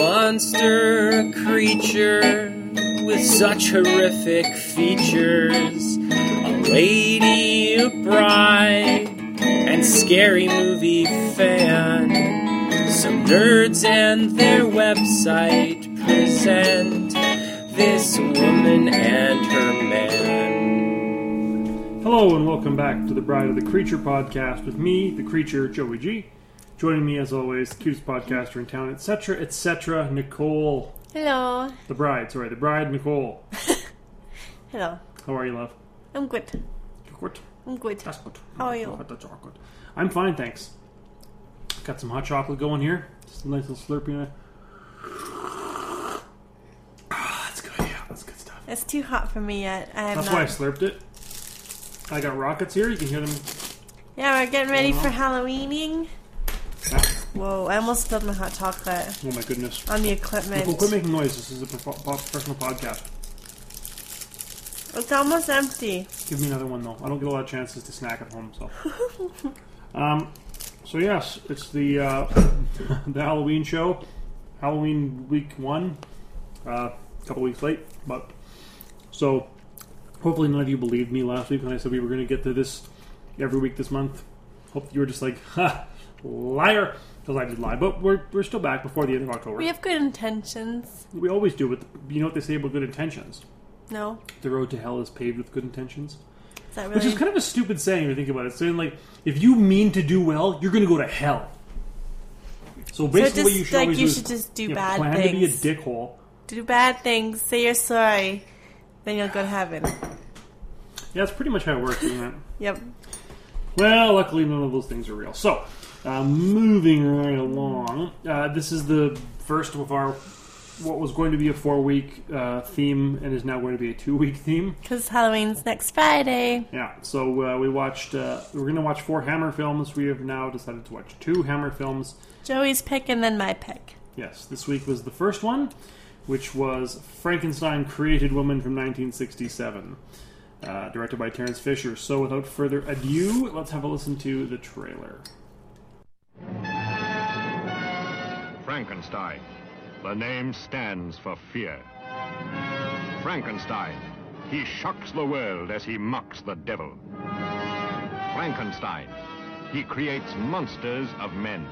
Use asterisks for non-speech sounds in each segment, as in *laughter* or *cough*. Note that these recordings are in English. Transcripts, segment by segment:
monster, a creature with such horrific features. A lady, a bride, and scary movie fan. Some nerds and their website present this woman and her man. Hello and welcome back to the Bride of the Creature podcast with me, the creature, Joey G. Joining me as always, cutest podcaster in town, etc., etc., Nicole. Hello. The bride, sorry, the bride, Nicole. Hello. How are you, love? I'm good. Good. I'm good. That's good. How are you? Hot chocolate. I'm fine, thanks. Got some hot chocolate going here. Just a nice little slurp in it. Ah, that's good, yeah, that's good stuff. It's too hot for me yet. I'm That's not... why I slurped it. I got rockets here. You can hear them. Yeah, we're getting ready for Halloweening. Ah, Whoa, I almost spilled my hot chocolate oh my goodness. on the equipment. Nicole, quit making noise. This is a prof- professional podcast. It's almost empty. Give me another one though. I don't get a lot of chances to snack at home, *laughs* so. um, so yes, it's the uh, *laughs* the Halloween show, Halloween week one, uh, a couple weeks late, but so hopefully none of you believed me last week when I said we were going to get to this every week this month. Hope you were just like, ha, liar, because I did lie. But we're, we're still back before the end of October. We have good intentions. We always do. With you know what they say about good intentions. No? The road to hell is paved with good intentions. Is that Which really? is kind of a stupid saying if you think about it. Saying like, if you mean to do well, you're going to go to hell. So so basically, just what you should like always you do should is just do you know, bad plan things. to be a dickhole. do bad things. Say you're sorry. Then you'll go to heaven. Yeah, that's pretty much how it works, isn't it? Yep. Well, luckily, none of those things are real. So, uh, moving right along, uh, this is the first of our what was going to be a four week uh, theme and is now going to be a two week theme. Because Halloween's next Friday. Yeah, so uh, we watched. Uh, we're going to watch four Hammer films. We have now decided to watch two Hammer films. Joey's pick and then my pick. Yes, this week was the first one, which was Frankenstein Created Woman from 1967, uh, directed by Terrence Fisher. So, without further ado, let's have a listen to the trailer. Frankenstein. The name stands for fear. Frankenstein. He shocks the world as he mocks the devil. Frankenstein. He creates monsters of men.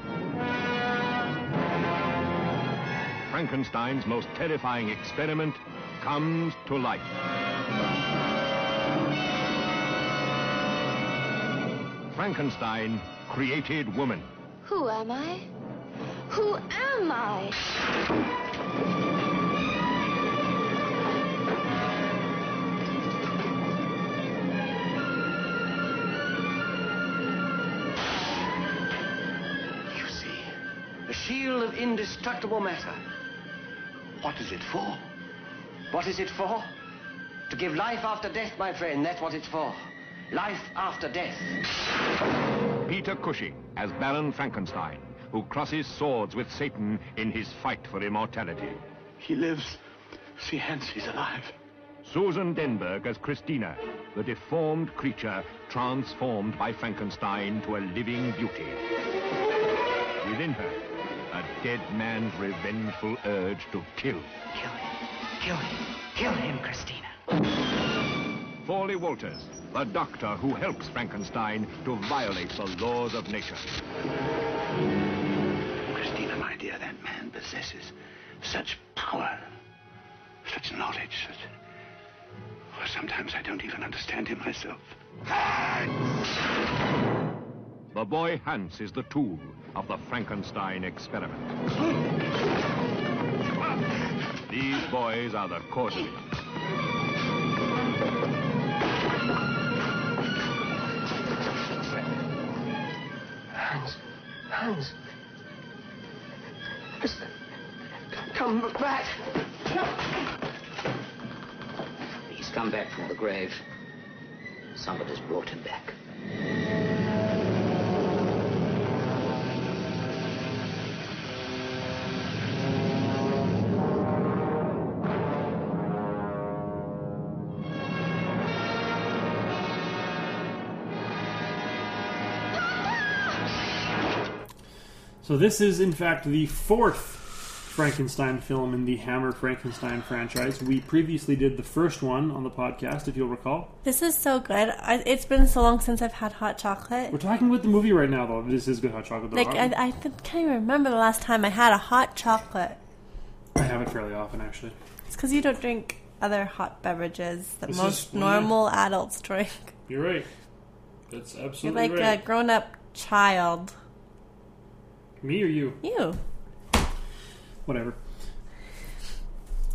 Frankenstein's most terrifying experiment comes to life. Frankenstein created woman. Who am I? Who am I? You see, the shield of indestructible matter. What is it for? What is it for? To give life after death, my friend, that's what it's for. Life after death. Peter Cushing as Baron Frankenstein, who crosses swords with Satan in his fight for immortality. He lives. See, Hansie's alive. Susan Denberg as Christina, the deformed creature transformed by Frankenstein to a living beauty. Within her, a dead man's revengeful urge to kill. Kill him. Kill him. Kill him, Christina. Forley Walters, the doctor who helps Frankenstein to violate the laws of nature. Christina, my dear, that man possesses such power, such knowledge, such. Well, sometimes I don't even understand him myself. The boy Hans is the tool of the Frankenstein experiment. These boys are the cause of it. Hans. Hans. Just Come back. He's come back from the grave. Somebody's brought him back. So this is in fact the fourth Frankenstein film in the Hammer Frankenstein franchise. We previously did the first one on the podcast, if you'll recall. This is so good. I, it's been so long since I've had hot chocolate. We're talking about the movie right now, though. This is good hot chocolate. Though. Like I, I th- can't even remember the last time I had a hot chocolate. I have it fairly often, actually. It's because you don't drink other hot beverages that This most is- well, yeah. normal adults drink. *laughs* You're right. That's You're absolutely like a grown-up child. uh, Me or you? You. whatever.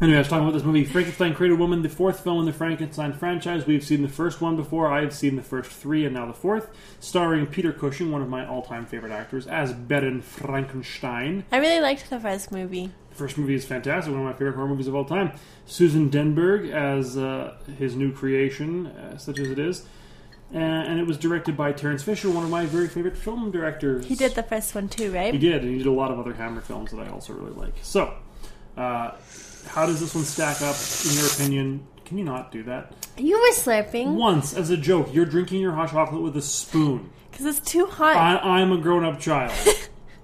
Anyway, I was talking about this movie, Frankenstein Created Woman, the fourth film in the Frankenstein franchise. We've seen the first one before. I've seen the first three, and now the fourth, starring Peter Cushing, one of my all-time favorite actors, as Baron Frankenstein. I really liked the first movie. The first movie is fantastic, one of my favorite horror movies of all time. Susan Denberg as uh, his new creation, uh, such as it is, uh, and it was directed by Terrence Fisher, one of my very favorite film directors. He did the first one too, right? He did, and he did a lot of other Hammer films that I also really like. So, uh, how does this one stack up, in your opinion? Can you not do that? You were slurping Once, as a joke, you're drinking your hot chocolate with a spoon. because it's too hot. I, I'm a grown up *laughs* child.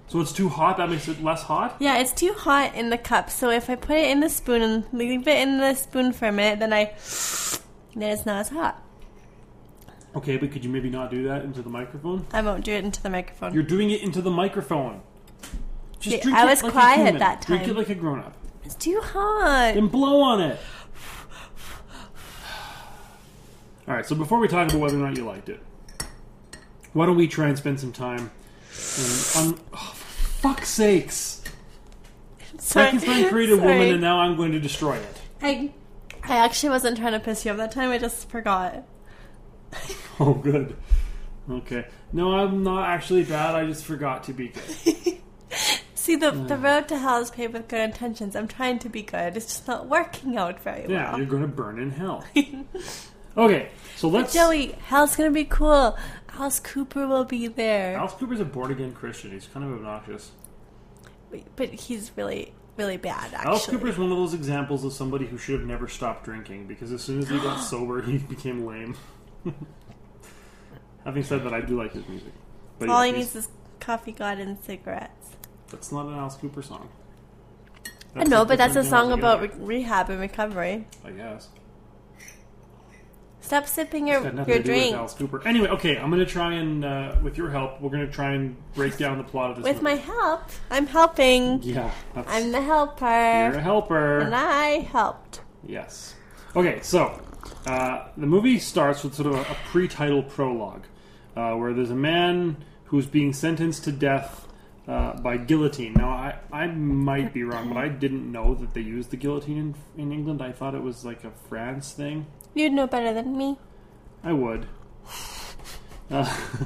so it's too hot, that makes it less hot? yeah, it's too hot in the cup. So if I put it in the spoon and leave it in the spoon for a minute, then I then it's not as hot. Okay, but could you maybe not do that into the microphone? I won't do it into the microphone. You're doing it into the microphone. Just See, I was quiet human. that Drink time. it like a grown up. it's too hot. and blow on it. All right, so before we talk about whether or not you liked it, why don't we try and spend some time and on oh, for fuck's sakes. Sorry. Frankenstein created woman *laughs* Sorry. and now I'm going to destroy it. *laughs* I, I actually wasn't trying to piss you off that time. I just forgot. Oh good. Okay. No, I'm not actually bad. I just forgot to be good. See, the the road to hell is paved with good intentions. I'm trying to be good. It's just not working out very Yeah, well. you're going to burn in hell. *laughs* Okay, so let's Joey, hell's gonna be cool. Alice Cooper will be there, Alice Cooper's a born again Christian. He's kind of obnoxious. but he's really, really bad. Actually, Alice Cooper is one of those examples of somebody who should have never stopped drinking because as soon as he *gasps* got sober, he became lame. *laughs* Having said that, I do like his music. But all yeah, he he's- needs is coffee, God, and cigarettes. that's not an Alice Cooper song. I know, but that's a different song thing about re- altogether, rehab and recovery. I guess. Stop sipping Got your nothing to your do with drink. Alice Cooper. Anyway, okay, I'm gonna try and uh, with your help, we're gonna try and break down the plot of this. With my movie. help, I'm helping. yeah, that's, I'm the you're a helper, helper. and I helped. Yes. Okay, so uh, the movie starts with sort of a, a pre-title prologue, uh, where there's a man who's being sentenced to death uh, by guillotine. Now, I, I might be wrong, but I didn't know that they used the guillotine in, in England. I thought it was like a France thing. You'd know better than me. I would. Uh, *laughs*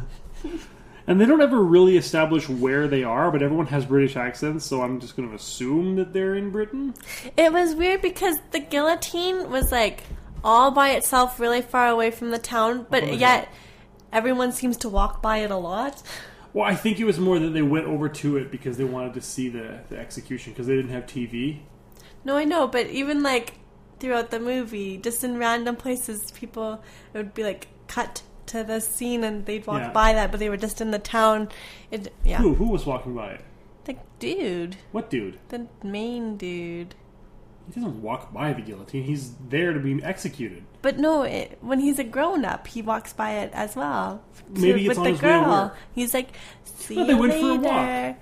and they don't ever really establish where they are, but everyone has British accents, so I'm just going to assume that they're in Britain. It was weird because the guillotine was like all by itself, really far away from the town, but Oh my yet everyone seems to walk by it a lot. Well, I think it was more that they went over to it because they wanted to see the, the execution because they didn't have TV. No, I know, but even like throughout the movie, just in random places, people it would be like cut to the scene and they'd walk Yeah. by that, but they were just in the town. It, yeah, Who who was walking by it? the dude, What dude? the main dude. He doesn't walk by the guillotine. He's there to be executed. But no, it, when he's a grown up, he walks by it as well. Maybe it's with on the his way to girl. work. He's like, see No, they you went for a later. walk.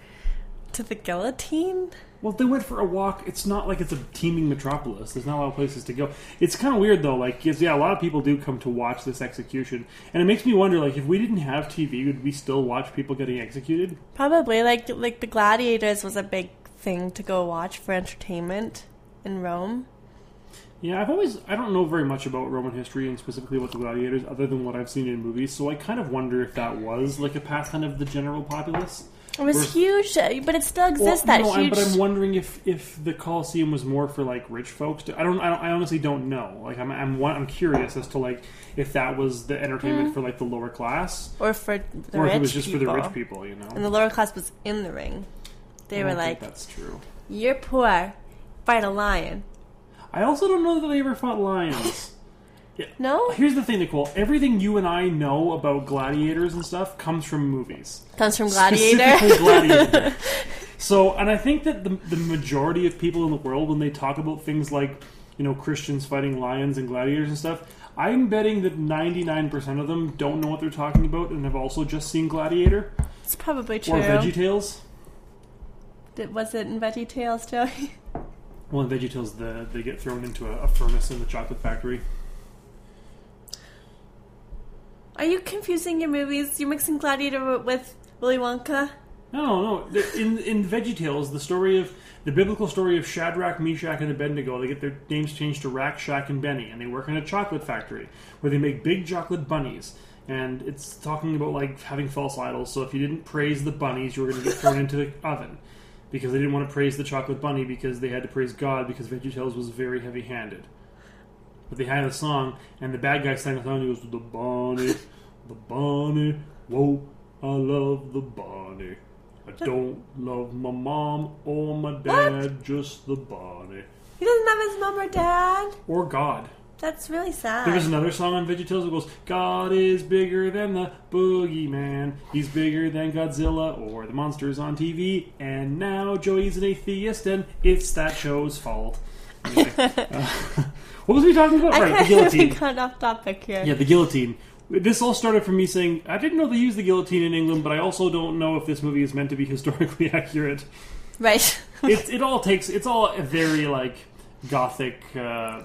To the guillotine. Well, they went for a walk. It's not like it's a teeming metropolis. There's not a lot of places to go. It's kind of weird though. Like, 'cause, yeah, a lot of people do come to watch this execution, and it makes me wonder. Like, if we didn't have TV, would we still watch people getting executed? Probably like like the gladiators was a big thing to go watch for entertainment in Rome. Yeah, I've always I don't know very much about Roman history and specifically about the gladiators other than what I've seen in movies, so I kind of wonder if that was like a pastime of the general populace. It was Where's- huge, uh, but it still exists. that no, I'm, huge. but I'm wondering if if the Colosseum was more for like rich folks. To, I don't I don't I honestly don't know. Like I'm I'm one- I'm curious as to like if that was the entertainment for like the lower class or for Hmm. the or rich if it was just people. for the rich people, you know. And the lower class was in the ring. They I were don't think like, that's true. "You're poor, fight a lion." I also don't know that they ever fought *laughs* lions. No, Here's the thing, Nicole. Everything you and I know about gladiators and stuff comes from movies. comes from gladiator. *laughs* Specifically Gladiator. So, and I think that the, the majority of people in the world, when they talk about things like, you know, Christians fighting lions and gladiators and stuff, I'm betting that 99% of them don't know what they're talking about and have also just seen Gladiator It's probably or true. VeggieTales. Did- was it in Veggie Tales, Joey? *laughs* Well, in VeggieTales, the, they get thrown into a, a furnace in the chocolate factory. Are you confusing your movies? You're mixing Gladiator wi- with Willy Wonka? No, no. the- In in VeggieTales, the story of the biblical story of Shadrach, Meshach, and Abednego, they get their names changed to Rack, Shack, and Benny, and they work in a chocolate factory where they make big chocolate bunnies. And it's talking about like having false idols. So if you didn't praise the bunnies, you were going to get thrown into the oven because they didn't want to praise the chocolate bunny because they had to praise God because VeggieTales was very heavy-handed. But they had a song, and the bad guy sang the song. He goes, "The bunny, the bunny, whoa, I love the bunny. I don't love my mom or my dad, just the bunny He doesn't have his mom or dad. or God." That's really sad. There was another song on VeggieTales that goes, "God is bigger than the boogeyman. He's bigger than Godzilla or the monsters on TV." And now Joey's an atheist, and it's that show's fault. *laughs* Anyway, uh, *laughs* what was we talking about? I right, the kind *laughs* of guillotine. got off topic here. Yeah, the guillotine. This all started from me saying I didn't know they used the guillotine in England, but I also don't know if this movie is meant to be *laughs* historically accurate. Right. *laughs* It, it all takes. It's all a very like gothic, uh,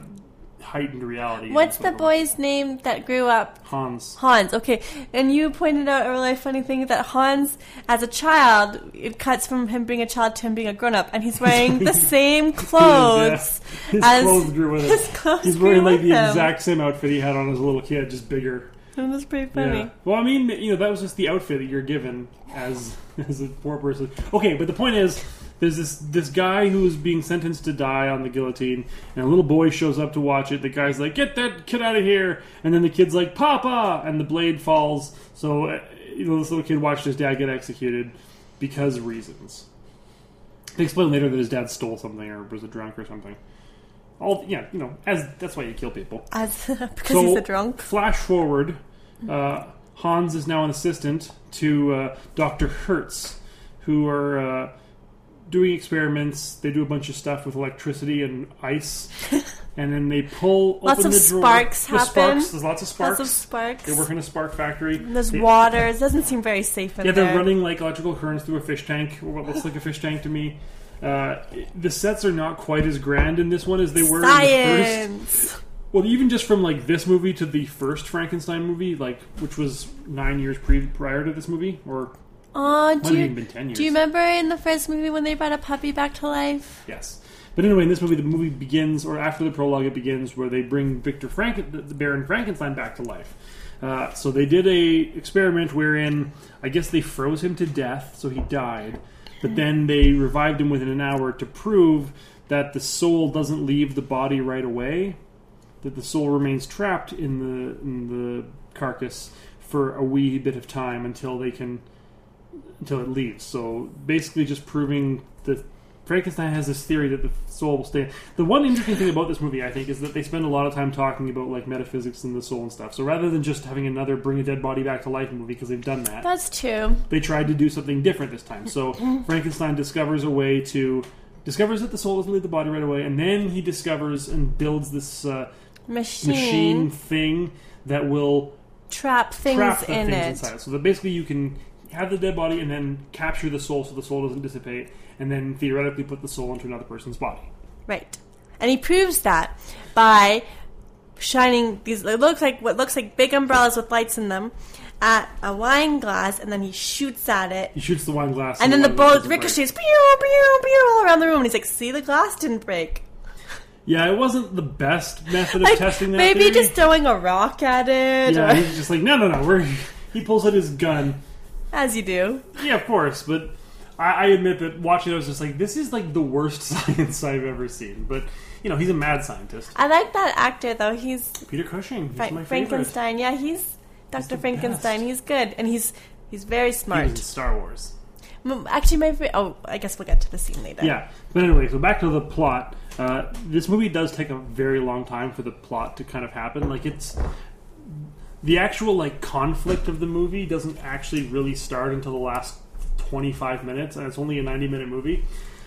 heightened reality. What's the Sort of boy's name that grew up? Hans? Hans. Okay. And you pointed out a really funny thing that Hans, as a child, it cuts from him being a child to him being a grown up, and he's wearing *laughs* the same clothes. Yeah. His as- clothes grew with his him. clothes He's grew wearing like with the him. exact same outfit he had on as a little kid, just bigger. It was pretty funny. Yeah. Well, I mean, you know, that was just the outfit that you're given as *laughs* as a poor person. Okay, but the point is, there's this this guy who is being sentenced to die on the guillotine, and a little boy shows up to watch it. The guy's like, "Get that kid out of here!" And then the kid's like, "Papa!" And the blade falls. So, uh, you know, this little kid watched his dad get executed because reasons. They explain later that his dad stole something or was a drunk or something. All yeah, you know, as that's why you kill people. As *laughs* because So, he's a drunk. Flash forward, uh, Hans is now an assistant to uh, Dr. Hertz, who are uh, doing experiments. They do a bunch of stuff with electricity and *laughs* ice, and then they pull Lots open of the drawer. sparks The happen. Sparks, there's lots of sparks. Lots of sparks. They work in a spark factory. And There's They- water. It doesn't seem very safe in yeah, there. they're running like electrical currents through a fish tank, or what looks like a fish tank to me. Uh, the sets are not quite as grand in this one as they were in the first. *laughs* Science. Well, even just from like this movie to the first Frankenstein movie, like which was nine years pre- prior to this movie, or Oh, might do have you, even been ten years. do you remember in the first movie when they brought a puppy back to life? Yes, but anyway, in this movie, the movie begins, or after the prologue, it begins where they bring Victor Frank, the the Baron Frankenstein, back to life. Uh, so they did a experiment wherein I guess they froze him to death, so he died. But then they revived him within an hour to prove that the soul doesn't leave the body right away. that the soul remains trapped in the in the carcass for a wee bit of time until they can until it leaves. So basically, just proving that Frankenstein has this theory that the soul will stay. The one interesting thing about this movie, I think, is that they spend a lot of time talking about like metaphysics and the soul and stuff. So rather than just having another bring a dead body back to life movie because they've done that, That's true. they tried to do something different this time. So Frankenstein discovers a way to discovers that the soul doesn't leave the body right away, and then he discovers and builds this. Uh, Machine, machine thing that will trap things trap the in things it. inside. So that basically you can have the dead body and then capture the soul so the soul doesn't dissipate, and then theoretically put the soul into another person's body. Right. And he proves that by shining these it looks like what looks like big umbrellas with lights in them at a wine glass and then he shoots at it. He shoots the wine glass, And then the wine glass bullet doesn't break. ricochets pew, pew, pew, all around the room and he's like, see the glass didn't break. Yeah, it wasn't the best method of Like, testing that. maybe theory. just throwing a rock at it yeah, or- he's just like no, no, no. We're *laughs* he pulls out his gun. *laughs* as you do. Yeah, of course, but. I I admit that watching it, I was just like, this is like the worst *laughs* science I've ever seen. But, you know, he's a mad scientist. I like that actor though. He's Peter Cushing, he's my Fra- favorite. Frankenstein. Yeah, he's Dr. the Frankenstein. best. He's good and he's he's He very was in smart. Star Wars. M- Actually, my favorite. Oh, I guess we'll get to the scene later. Yeah, but anyway, so back to the plot. Uh, this movie does take a very long time for the plot to kind of happen. Like it's the actual like conflict of the movie doesn't actually really start until the last 25 minutes, and it's only a 90 minute movie.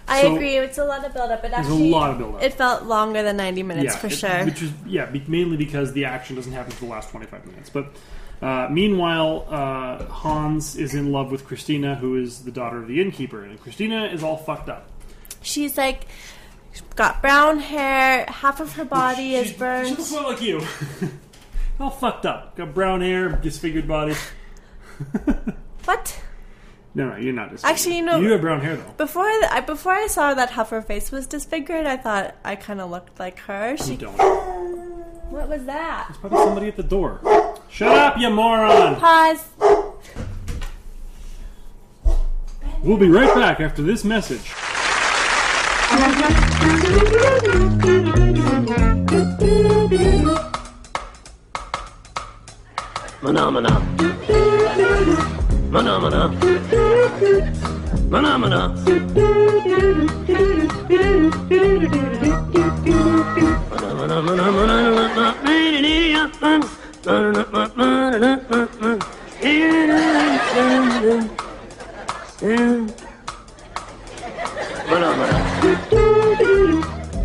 I So- agree. It's a lot of buildup. It There's a actually, lot of buildup. It felt longer than 90 minutes for it- sure. Which is yeah, be- mainly because the action doesn't happen for the last twenty five minutes. But uh, meanwhile, uh, Hans is in love with Christina, who is the daughter of the innkeeper, and Christina is all fucked up. She's like got brown hair. Half of her body is She's- burned. She looks more like you. *laughs* all fucked up. Got brown hair, disfigured body. what? No, no, you're not. Disfigured. Actually, you know- you have brown hair though. Before the, I before I saw that half her face was disfigured, I thought I kind of looked like her. You She, don't. what was that? Probably somebody at the door. Shut up, you moron! Pause. We'll be right back after this message. Phenomena. Phenomena. Phenomena.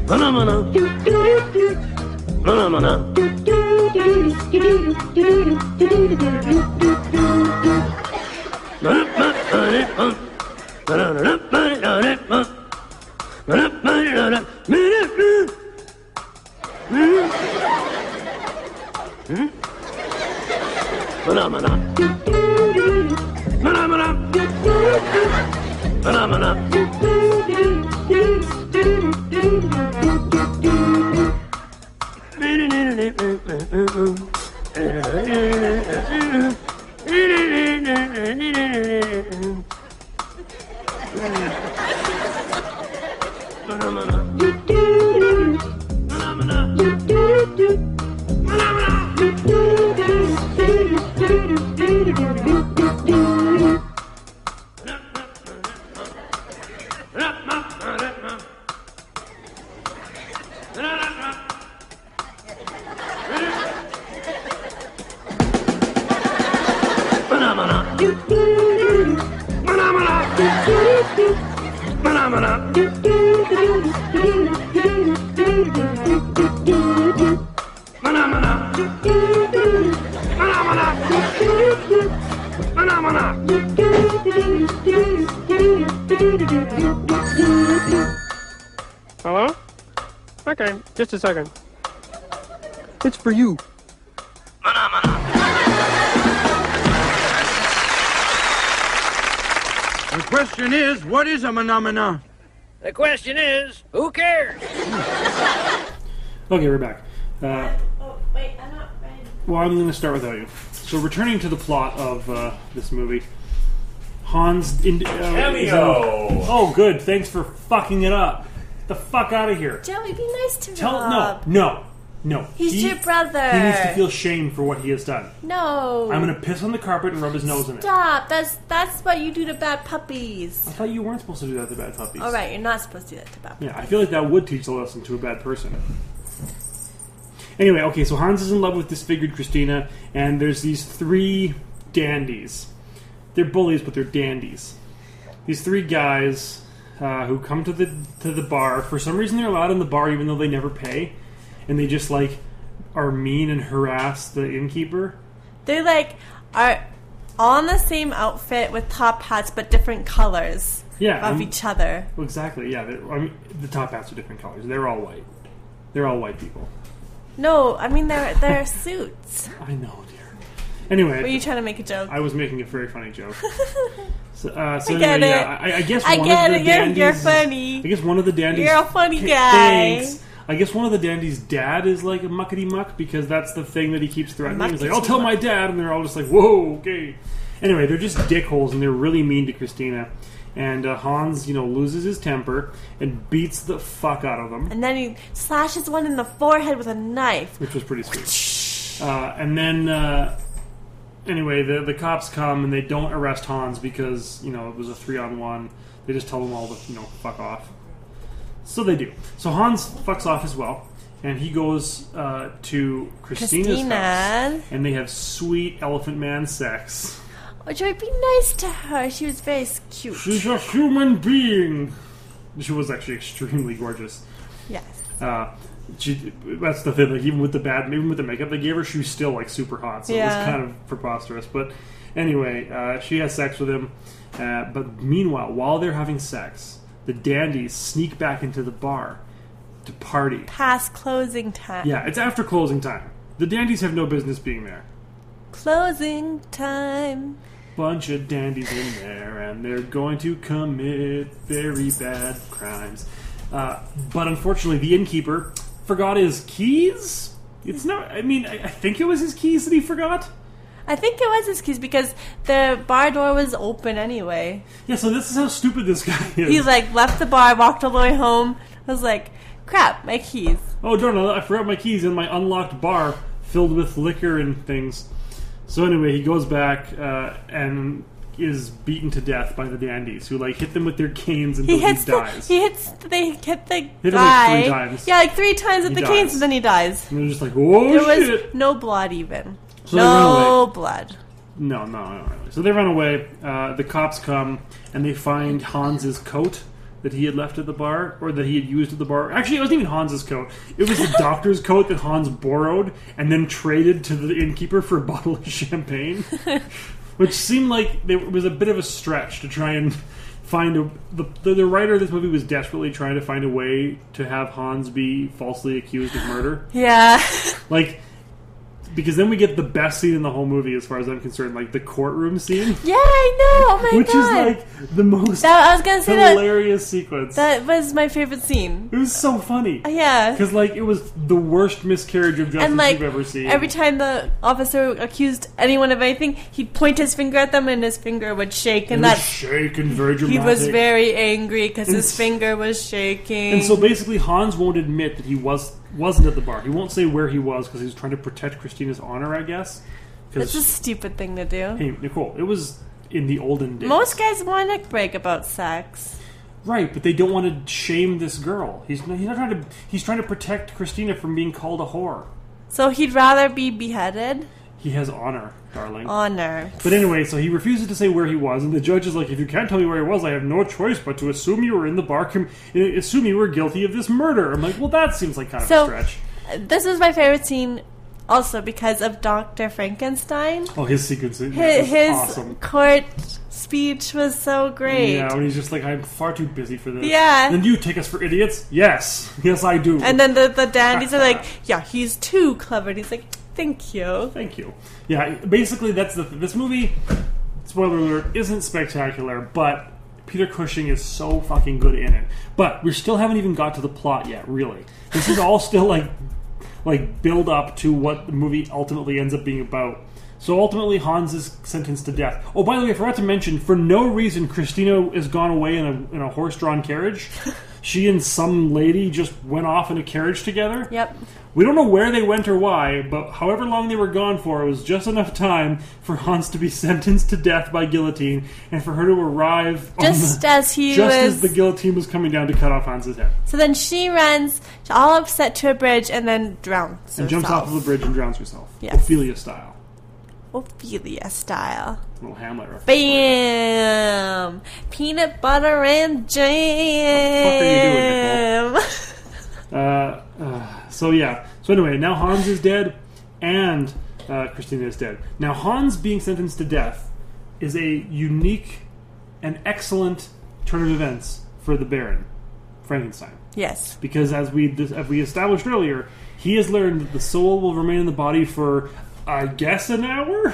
Phenomena. Phenomena. Hello? Okay, just a second. It's for you. The question is, what is a phenomena? The question is, who cares? Okay, we're back. Uh, Oh wait, I'm not ready. Well, I'm going to start without you. So, returning to the plot of uh, this movie, Hans. In- uh, is in- oh, good. Thanks for fucking it up. Get the fuck out of here. Joey, be nice to Tell no, Rob. no, no. He's He- your brother. He needs to feel shame for what he has done. no. I'm going to piss on the carpet and rub his nose in it. Stop. That's that's what you do to bad puppies. I thought you weren't supposed to do that to bad puppies. All right, you're not supposed to do that to bad. Yeah, I feel like that would teach a lesson to a bad person. Anyway, okay, so Hans is in love with disfigured Christina, and there's these three dandies. They're bullies, but they're dandies. These three guys uh, who come to the to the bar. For some reason, they're allowed in the bar even though they never pay, and they just like are mean and harass the innkeeper. They like are all in the same outfit with top hats but different colors Yeah, of and- each other. Well, exactly. Yeah, they're- I mean, the top hats are different colors. They're all white. They're all white people. No, I mean they're they're *laughs* suits. I know, dear. Anyway, Were you trying to make a joke? I was making a very funny *laughs* joke. so, uh, so I get anyway, it. yeah, I, I guess I one get of the it. You're- dandies. you're funny. I guess one of the dandies. You're a funny Hey, guy. Thanks. I guess one of the dandies' dad is like a muckety muck because that's the thing that he keeps threatening. He's like, "I'll tell my dad," and they're all just like, "Whoa, okay." Anyway, they're just dickholes and they're really mean to Christina. And uh, Hans, you know, loses his temper and beats the fuck out of them. and then he slashes one in the forehead with a knife. which was pretty sweet. Uh, and then, uh, anyway, the the cops come and they don't arrest Hans because you know it was a three on one. They just tell him all to you know fuck off. So they do. So Hans fucks off as well, and he goes uh, to Christina's Christina. house, and they have sweet elephant man sex. Or try to Oh, be nice to her. She was very cute. She's a human being. She was actually extremely gorgeous. Yes. Uh, she, that's the thing. Like even with the bad, even with the makeup they gave her, she was still like super hot. So it Yeah. was kind of preposterous. But anyway, uh, she has sex with him. Uh, but meanwhile, while they're having sex, the dandies sneak back into the bar to party. Past closing time. Yeah, it's after closing time. The dandies have no business being there. Closing time. Bunch of dandies in there, and they're going to commit very bad crimes. Uh, but unfortunately, the innkeeper forgot his keys. It's not. I mean, I, I think it was his keys that he forgot. I think it was his keys because the bar door was open anyway. Yeah. So this is how stupid this guy is. He's like left the bar, walked all the way home. I was like, crap, my keys. Oh darn! I forgot my keys in my unlocked bar filled with liquor and things. So anyway, he goes back uh, and is beaten to death by the dandies, who like hit them with their canes until He he, hits the, dies. he hits they hit the him like guy. three times. Yeah, like three times He with the canes dies. and then he dies. and they're just like, "Whoa, there was shit!" no blood even. So they run no away. blood. No, no, not really. So they run away. Uh, the cops come and they find Hans's coat that he had left at the bar, or that he had used at the bar. Actually, it wasn't even Hans's coat. It was the doctor's coat that Hans borrowed and then traded to the innkeeper for a *laughs* bottle of champagne, which seemed like there was a bit of a stretch to try and find a. The, the, the writer of this movie was desperately trying to find a way to have Hans be falsely accused of murder. Yeah. *laughs* Like, because then we get the best scene in the whole movie, as far as I'm concerned, like the courtroom scene, *laughs* Yeah, I know. Oh my which is god. like the most that, I was gonna say that hilarious sequence. that was my favorite scene. it was so funny. Yeah. Because like it was the worst miscarriage of justice and like you've ever seen. every time the officer accused anyone of anything, he'd point his finger at them, and his finger would shake, it and was that shake and very he dramatic. was very angry because And his s- finger was shaking. And so basically, Hans won't admit that he was wasn't at the bar. He won't say where he was because he was trying to protect Christina's honor, I guess. that's a Because stupid thing to do. hey, Nicole, it was in the olden days. Most guys want to brag about sex. Right, but they don't want to shame this girl. He's not, he's not trying to. He's trying to protect Christina from being called a whore. So he'd rather be beheaded. He has honor, darling. Oh. Honor. But anyway, so he refuses to say where he was, and the judge is like, "If you can't tell me where he was, I have no choice but to assume you were in the bar, com- assume you were guilty of this murder." I'm like, "Well, that seems like kind of a So- stretch." This is my favorite scene, also because of Doctor Frankenstein. Oh, his sequence is His, his awesome. court speech was so great. Yeah, when he's just like, "I'm far too busy for this." Yeah. Then you take us for idiots? Yes, *laughs* yes, I do. And then the, the dandies are *laughs* like, yeah, he's too clever. And he's like, thank you. Thank you. Yeah, basically that's the th- this movie. Spoiler alert isn't spectacular, but Peter Cushing is so fucking good in it. But we still haven't even got to the plot yet. Really, this is all *laughs* still like like build up to what the movie ultimately ends up being about. So ultimately, Hans is sentenced to death. Oh, by the way, I forgot to mention, for no reason, Christina has gone away in a, in a horse drawn carriage. she and some lady just went off in a carriage together. Yep. We don't know where they went or why, but however long they were gone for, it was just enough time for Hans to be *laughs* sentenced to death by guillotine and for her to arrive on *laughs* Just the- as he just was. as the guillotine was coming down to cut off Hans's head. so then she runs, all upset to a bridge, and then drowns. And jumps herself. off of the bridge and drowns herself. Yes. Ophelia style. Ophelia style. Little Hamlet reference. Bam! Peanut butter and jam! What Uh, uh, so yeah. So anyway, now Hans is dead, and uh, Christina is dead. Now Hans being sentenced to death is a unique and excellent turn of events for the Baron Frankenstein, *laughs* *laughs* yes. because as we as we established earlier, he has learned that the soul will remain in the body for. I guess an *laughs* hour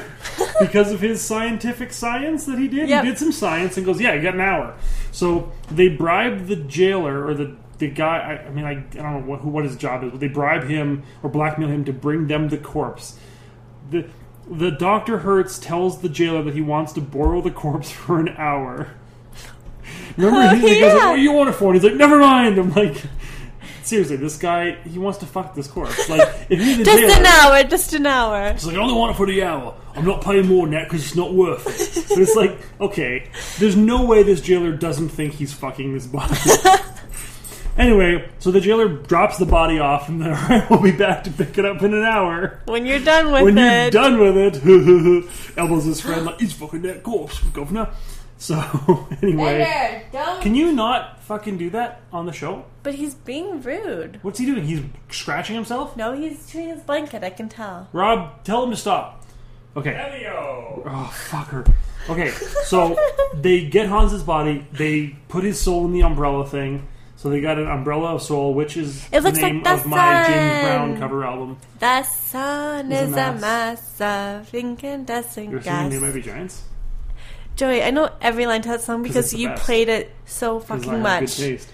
because of his scientific science that he did. Yep. He did some science and goes, "Yeah, I got an hour." So they bribe the jailer or the the guy. I, I mean, I, I don't know what, who what his job is, but they bribe him or blackmail him to bring them the corpse. the The doctor Hertz tells the jailer that he wants to borrow the corpse *laughs* for an hour. Remember, Oh, *laughs* he, he goes, yeah. "What do you want it for?" And he's like, "Never mind." I'm like. Seriously, this guy, he wants to fuck this corpse. Like, if he's the *laughs* Just jailer, an hour, just an hour. it's like, I only want it for the hour. I'm not paying more than that because it's not worth it. But it's like, okay, there's no way this jailer doesn't think he's fucking this body. Anyway, so the jailer drops the body off, *laughs* and the we'll be back to pick it up in an hour. When you're done with when it. you're done with it, *laughs* elbows his friend like, "It's fucking that corpse, governor." So *laughs* anyway, Better, don't. can you not fucking do that on the show? But he's being rude. What's he doing? He's scratching himself. No, he's chewing his blanket. I can tell. Rob, tell him to stop. Okay. Oh, fucker. Okay, so *laughs* they get Hans's body. They put his soul in the umbrella thing. So they got an umbrella of soul, which is It looks the name like the of my James sun. Brown cover album. The sun Is a is a mass of incandescent You're assuming gas. they might be giants Joey, I know every line to that song it's because the you best. played it so 'cause fucking I have good much. taste.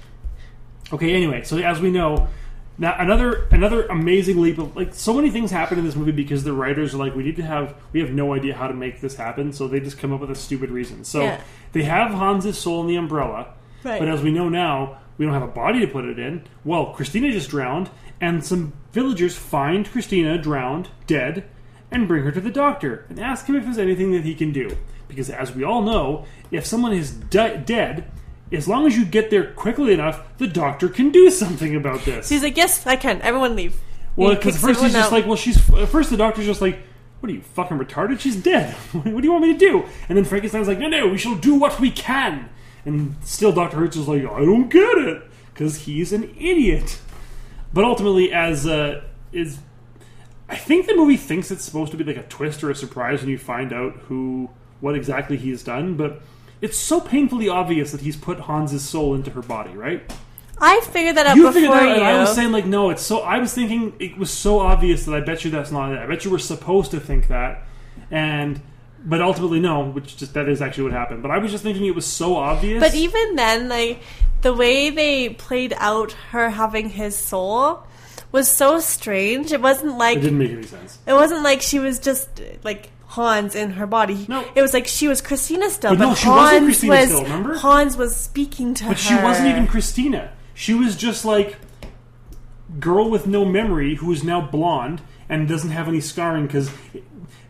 Okay, anyway, so as we know, now another another amazing leap of like so many things happen in this movie because the writers are like, we need to have we have no idea how to make this happen, so they just come up with a stupid reason. So Yeah. they have Hans's soul in the umbrella. Right. But as we know now, we don't have a body to put it in. Well, Christina just drowned, and some villagers find Christina drowned, dead, and bring her to the doctor and ask him if there's anything that he can do. Because as we all know, if someone is de- dead, as long as you get there quickly enough, the doctor can do something about this. She's like, yes, I can. Everyone leave. Well, He because kicks first he's everyone just out. like, well, she's. At first, the doctor's just like, what are you fucking retarded? She's dead. *laughs* what do you want me to do? And then Frankenstein's like, no, no, we shall do what we can. And still, Doctor Hertz is like, I don't get it, because he's an idiot. But ultimately, as uh, is, I think the movie thinks it's supposed to be like a twist or a surprise when you find out who, what exactly he has done. But it's so painfully obvious that he's put Hans's soul into her body, right? I figured *laughs* that out you before figured that out, you. and I was saying like, no, it's so. I was thinking it was so obvious that I bet you that's not it. I bet you we're supposed to think that, and but ultimately no, which just that is actually what happened. But I was just thinking it was so obvious. But even then, like the way they played out her having his soul was so strange. It wasn't it like didn't make any sense. it wasn't like she was just like Hans in her body. No, it was like she was Christina still, But but, no, she Hans wasn't Christina was still, remember? Hans was speaking to her. But she wasn't even Christina. She was just like girl with no memory who is now blonde and doesn't have any scarring because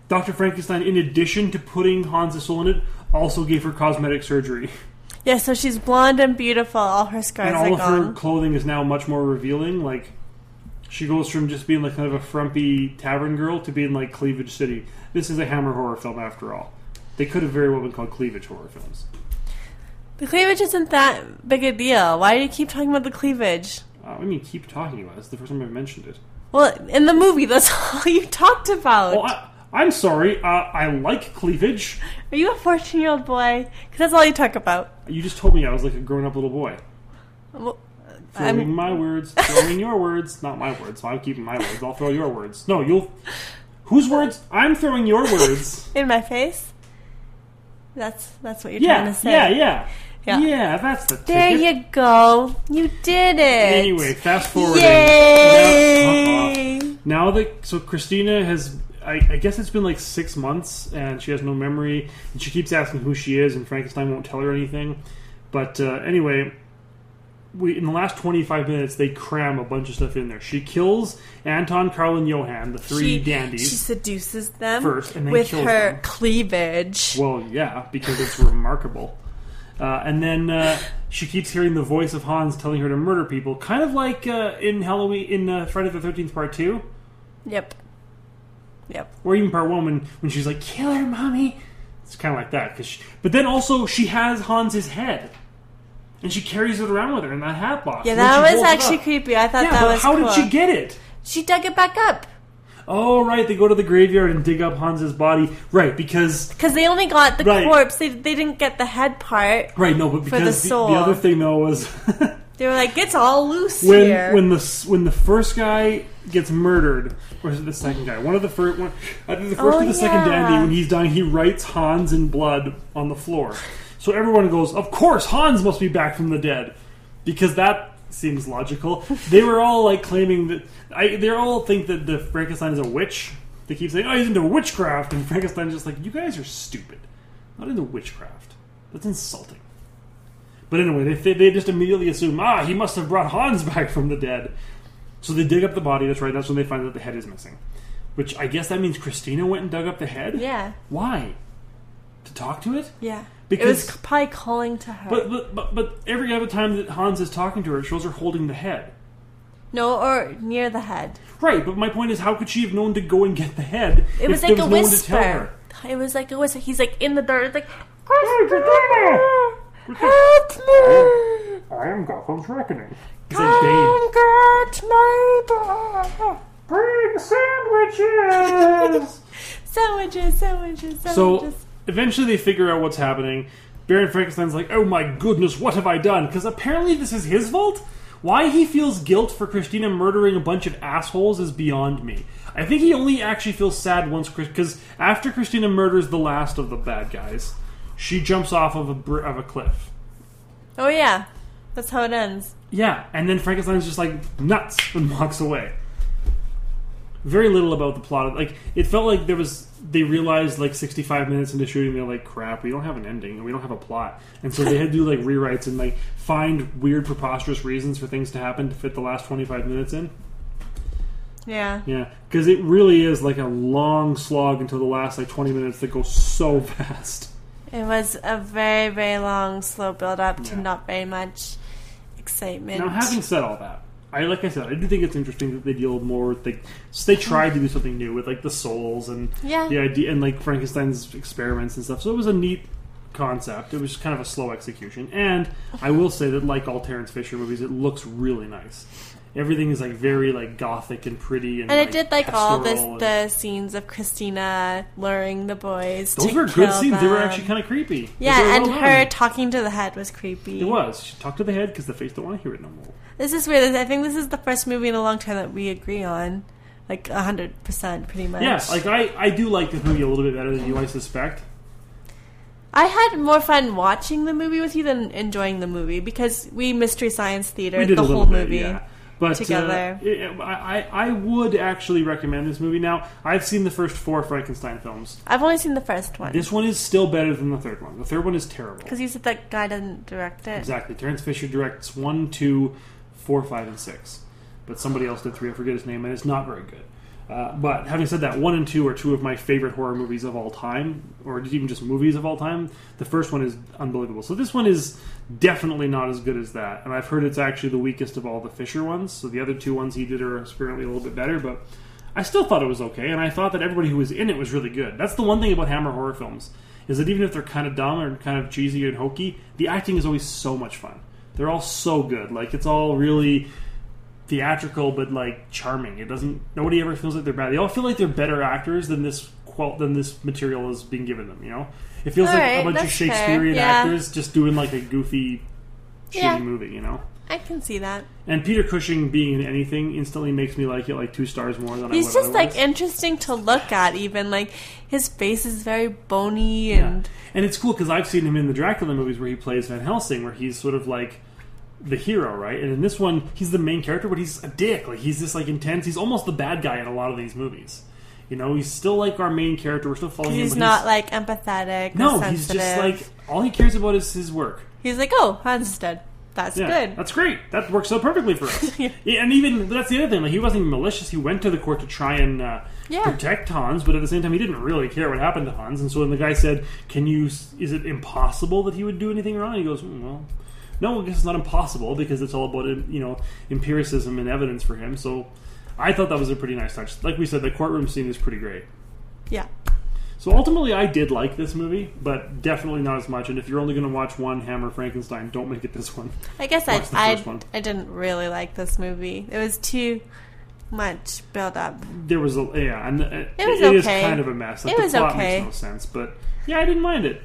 Dr. Frankenstein, in addition to putting Hans's soul in it, also gave her cosmetic surgery. *laughs* Yeah, so she's blonde and beautiful. All her scars and all are of gone. her clothing is now much more revealing. Like she goes from just being like kind of a frumpy tavern girl to being like Cleavage City. This is a Hammer horror film after all. They could have very well been called Cleavage horror films. The cleavage isn't that big a deal. Why do you keep talking about the cleavage? Uh, I mean, keep talking about it. It's the first time I've mentioned it. Well, in the movie, that's *laughs* all you talked about. Well, Oh, I, I'm sorry. Uh, I like cleavage. Are you a 14 year old boy? Because that's all you talk about. You just told me I was like a grown up little boy. Well, Throwing I'm- my *laughs* words, throwing your words, not my words. So I'm keeping my words. I'll throw your words. No, you'll. Whose words? I'm throwing your words. In my face? That's that's what *laughs* you're trying Yeah, to say. yeah, yeah, Yeah. yeah. that's the There ticket. you go. You did it. Anyway, fast forwarding. Uh-huh. Yay! Now that so Christina has, I, I guess it's been like six months, and she has no memory, and she keeps asking who she is, and Frankenstein won't tell her anything. But uh, anyway, we in the last twenty five minutes they cram a bunch of stuff in there. She kills Anton, Carl, and Johan, the three she, dandies. She seduces them first and then with kills her them. cleavage. Well, yeah, because it's remarkable. Uh, and then uh, she keeps hearing the voice of Hans telling her to murder people, kind of like uh, in Halloween, in uh, Friday the Thirteenth Part Two, Yep. Yep. or even Part One, when, when she's like, "Kill her, mommy." It's kind of like that. 'cause she- but then also she has Hans's head, and she carries it around with her in that hat box. Yeah, and then she that was holds it actually up. creepy. I thought Yeah, that but was how cool. did she get it? She dug it back up. Oh, right. They go to the graveyard and dig up Hans's body. Right, because Because they only got the Right. corpse. They, they didn't get the head part. right. No, but For the because the- soul. the other thing though was. *laughs* They were like, it's all loose when here. when the when the first guy gets murdered, or is it the second guy? One of the first one, either the first Oh, or the second yeah. dandy. When he's dying, he writes Hans in blood on the floor. So everyone goes, "Of course, Hans must be back from the dead," because that seems *laughs* logical. They were all like claiming that I, they all think that the Frankenstein is a witch. They keep saying, "Oh, he's into witchcraft," and Frankenstein's just like, "You guys are stupid. Not into witchcraft. That's insulting." But anyway, they, they just immediately assume, ah, he must have brought Hans *laughs* back from the dead. So they dig up the body. That's right. That's when they find out the head is missing. Which I guess that means Christina went and dug up the head? yeah, Why? To talk to it? yeah. it was c- probably calling to her. But, but but but every other time that Hans is talking to her, it shows her holding the head. no, or near the head. Right, but my point is, how could she have known to go and get the head? It was if like there a no one to tell whisper. her? It was like a whisper. He's like in the dirt. It's like, Help me! I am Gotham's Reckoning. It's like Bane. Come get my dog. Bring sandwiches. sandwiches, sandwiches, So sandwiches. eventually they figure out what's happening. Baron Frankenstein's like, oh my goodness, what have I done? Because apparently this is his fault. Why he feels guilt for Christina murdering a bunch of assholes is beyond me. I think he only actually feels sad once, because after Christina murders the last of the bad guys, she jumps off of a, br- of a cliff. oh yeah, that's how it ends. Yeah, and then Frankenstein's just like nuts and *laughs* walks away. Very little about the plot. Of, like it felt like there was they realized like 65 minutes into shooting they're like crap, we don't have an ending and we don't have a plot. And so they had to do like rewrites and like find weird preposterous reasons for things to happen to fit the last 25 minutes in. Yeah. Yeah, cuz it really is like a long slog until the last like 20 minutes that go so *laughs* fast. It was a very, very long, slow build up to not very much excitement. Now, having said all that, I like I said, I do think it's interesting that they deal more with like s- they tried to do something new with like the souls and Mm-hmm. Yeah. the idea and like Frankenstein's experiments and stuff. So it was a neat concept. It was just kind of a slow execution, and I will say that like all Terrence Fisher movies, it looks really nice. Everything is like very like gothic and pretty, and, and it did like all this pastoral and- the scenes of Christina luring the boys. Those to were good kill scenes. They were them. actually kind of creepy. Yeah, They were and well done. her talking to the head was creepy. It was. She talked to the head because the face don't want to hear it no more. This is weird. I think this is the first movie in a long time that we agree on, like hundred percent, pretty much. Yeah, like I, I do like this movie a little bit better than you, I suspect. I had more fun watching the movie with you than enjoying the movie because we mystery science theater we did the a whole little bit, movie. yeah. But together. uh, it- I, I I would actually recommend this movie. Now I've seen the first four Frankenstein films. I've only seen the first one This one is still better than the third one. The third one is terrible. because you said that guy doesn't direct it. Exactly. Terrence Fisher directs one, two, four, five, and six, but somebody else did three. I forget his name, and it's not very good. Uh, but having said that, one and two are two of my favorite horror movies of all time, or even just movies of all time. The first one is unbelievable. So this one is definitely not as good as that, and I've heard it's actually the weakest of all the Fisher ones. So the other two ones he did are apparently a little bit better, but I still thought it was okay, and I thought that everybody who was in it was really good. That's the one thing about Hammer horror films is that even if they're kind of dumb or kind of cheesy and hokey, the acting is always so much fun. They're all so good. Like it's all really theatrical, but like charming. It doesn't. Nobody ever feels like they're bad. They all feel like they're better actors than this qual than this material is being given them. You know, it feels All like a right, bunch of that's fair. Shakespearean Yeah. actors just doing like a goofy, shitty Yeah. movie. You know. I can see that. And Peter Cushing being in anything instantly makes me like it like two stars more than I would He's just otherwise. like interesting to look at. Even like his face is very bony and And it's cool because I've seen him in the Dracula movies where he plays Van Helsing, where he's sort of like the hero, right? And in this one, he's the main character, but he's a dick. Like he's this like intense. He's almost the bad guy in a lot of these movies. You know, he's still like our main character. We're still following him. he's but not like empathetic. no. or He's sensitive. just like all he cares about is his work. he's like oh Hans is dead. That's Yeah, good. That's great. That works so perfectly for *laughs* us. Yeah, and even that's the other thing. Like he wasn't even malicious. He went to the court to try and uh, Yeah. protect Hans, but at the same time, he didn't really care what happened to Hans. And so when the guy said, "Can you? Is it impossible that he would do anything wrong?" he goes, "Mm, "Well, no. I guess it's not impossible because it's all about you know empiricism and evidence for him." So I thought that was a pretty nice touch. Like we said, the courtroom scene is pretty great. Yeah. So ultimately, I did like this movie, but definitely not as much. And if you're only going to watch one Hammer Frankenstein, don't make it this one. I guess I Watch the I, first one. I didn't really like this movie. It was too much build up. there was a yeah, and it, It was it is okay. kind of a mess. Like, It the was plot okay. makes no sense, but yeah, I didn't mind it.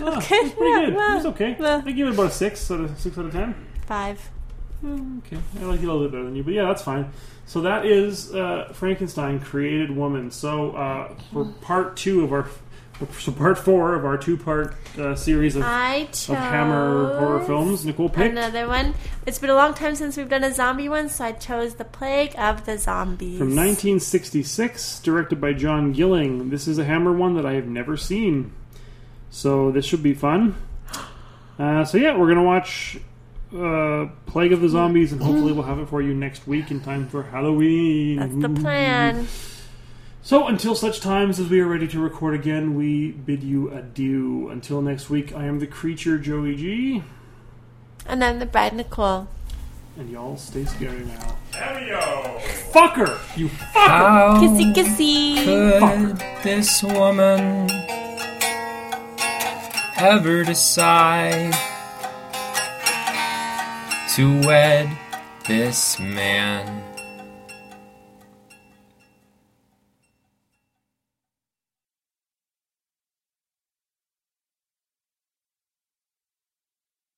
Ah, Okay, it was pretty yeah, good. it was well, okay. well. I give it about a six out of six out of ten. Mm, Five. Okay, I like it a little bit better than you, but yeah, that's fine. So that is uh, Frankenstein created woman. So uh, for part two of our, so part four of our two part uh, series of I of Hammer horror chose films, Nicole picked. Another one. It's been a long time since we've done a zombie one, so I chose The Plague of the Zombies. From 1966, directed by John Gilling. This is a Hammer one that I have never seen, so this should be fun. Uh, so yeah, we're gonna watch uh, Plague of the Zombies, and hopefully we'll have it for you next week in time for Halloween. That's the plan. So, until such times as we are ready to record again, we bid you adieu. Until next week, I am the creature, Joey G. And I'm the bride, Nicole. And y'all stay scary now. Fucker! You fucker! How Kissy, kissy. could this woman ever decide to wed this man?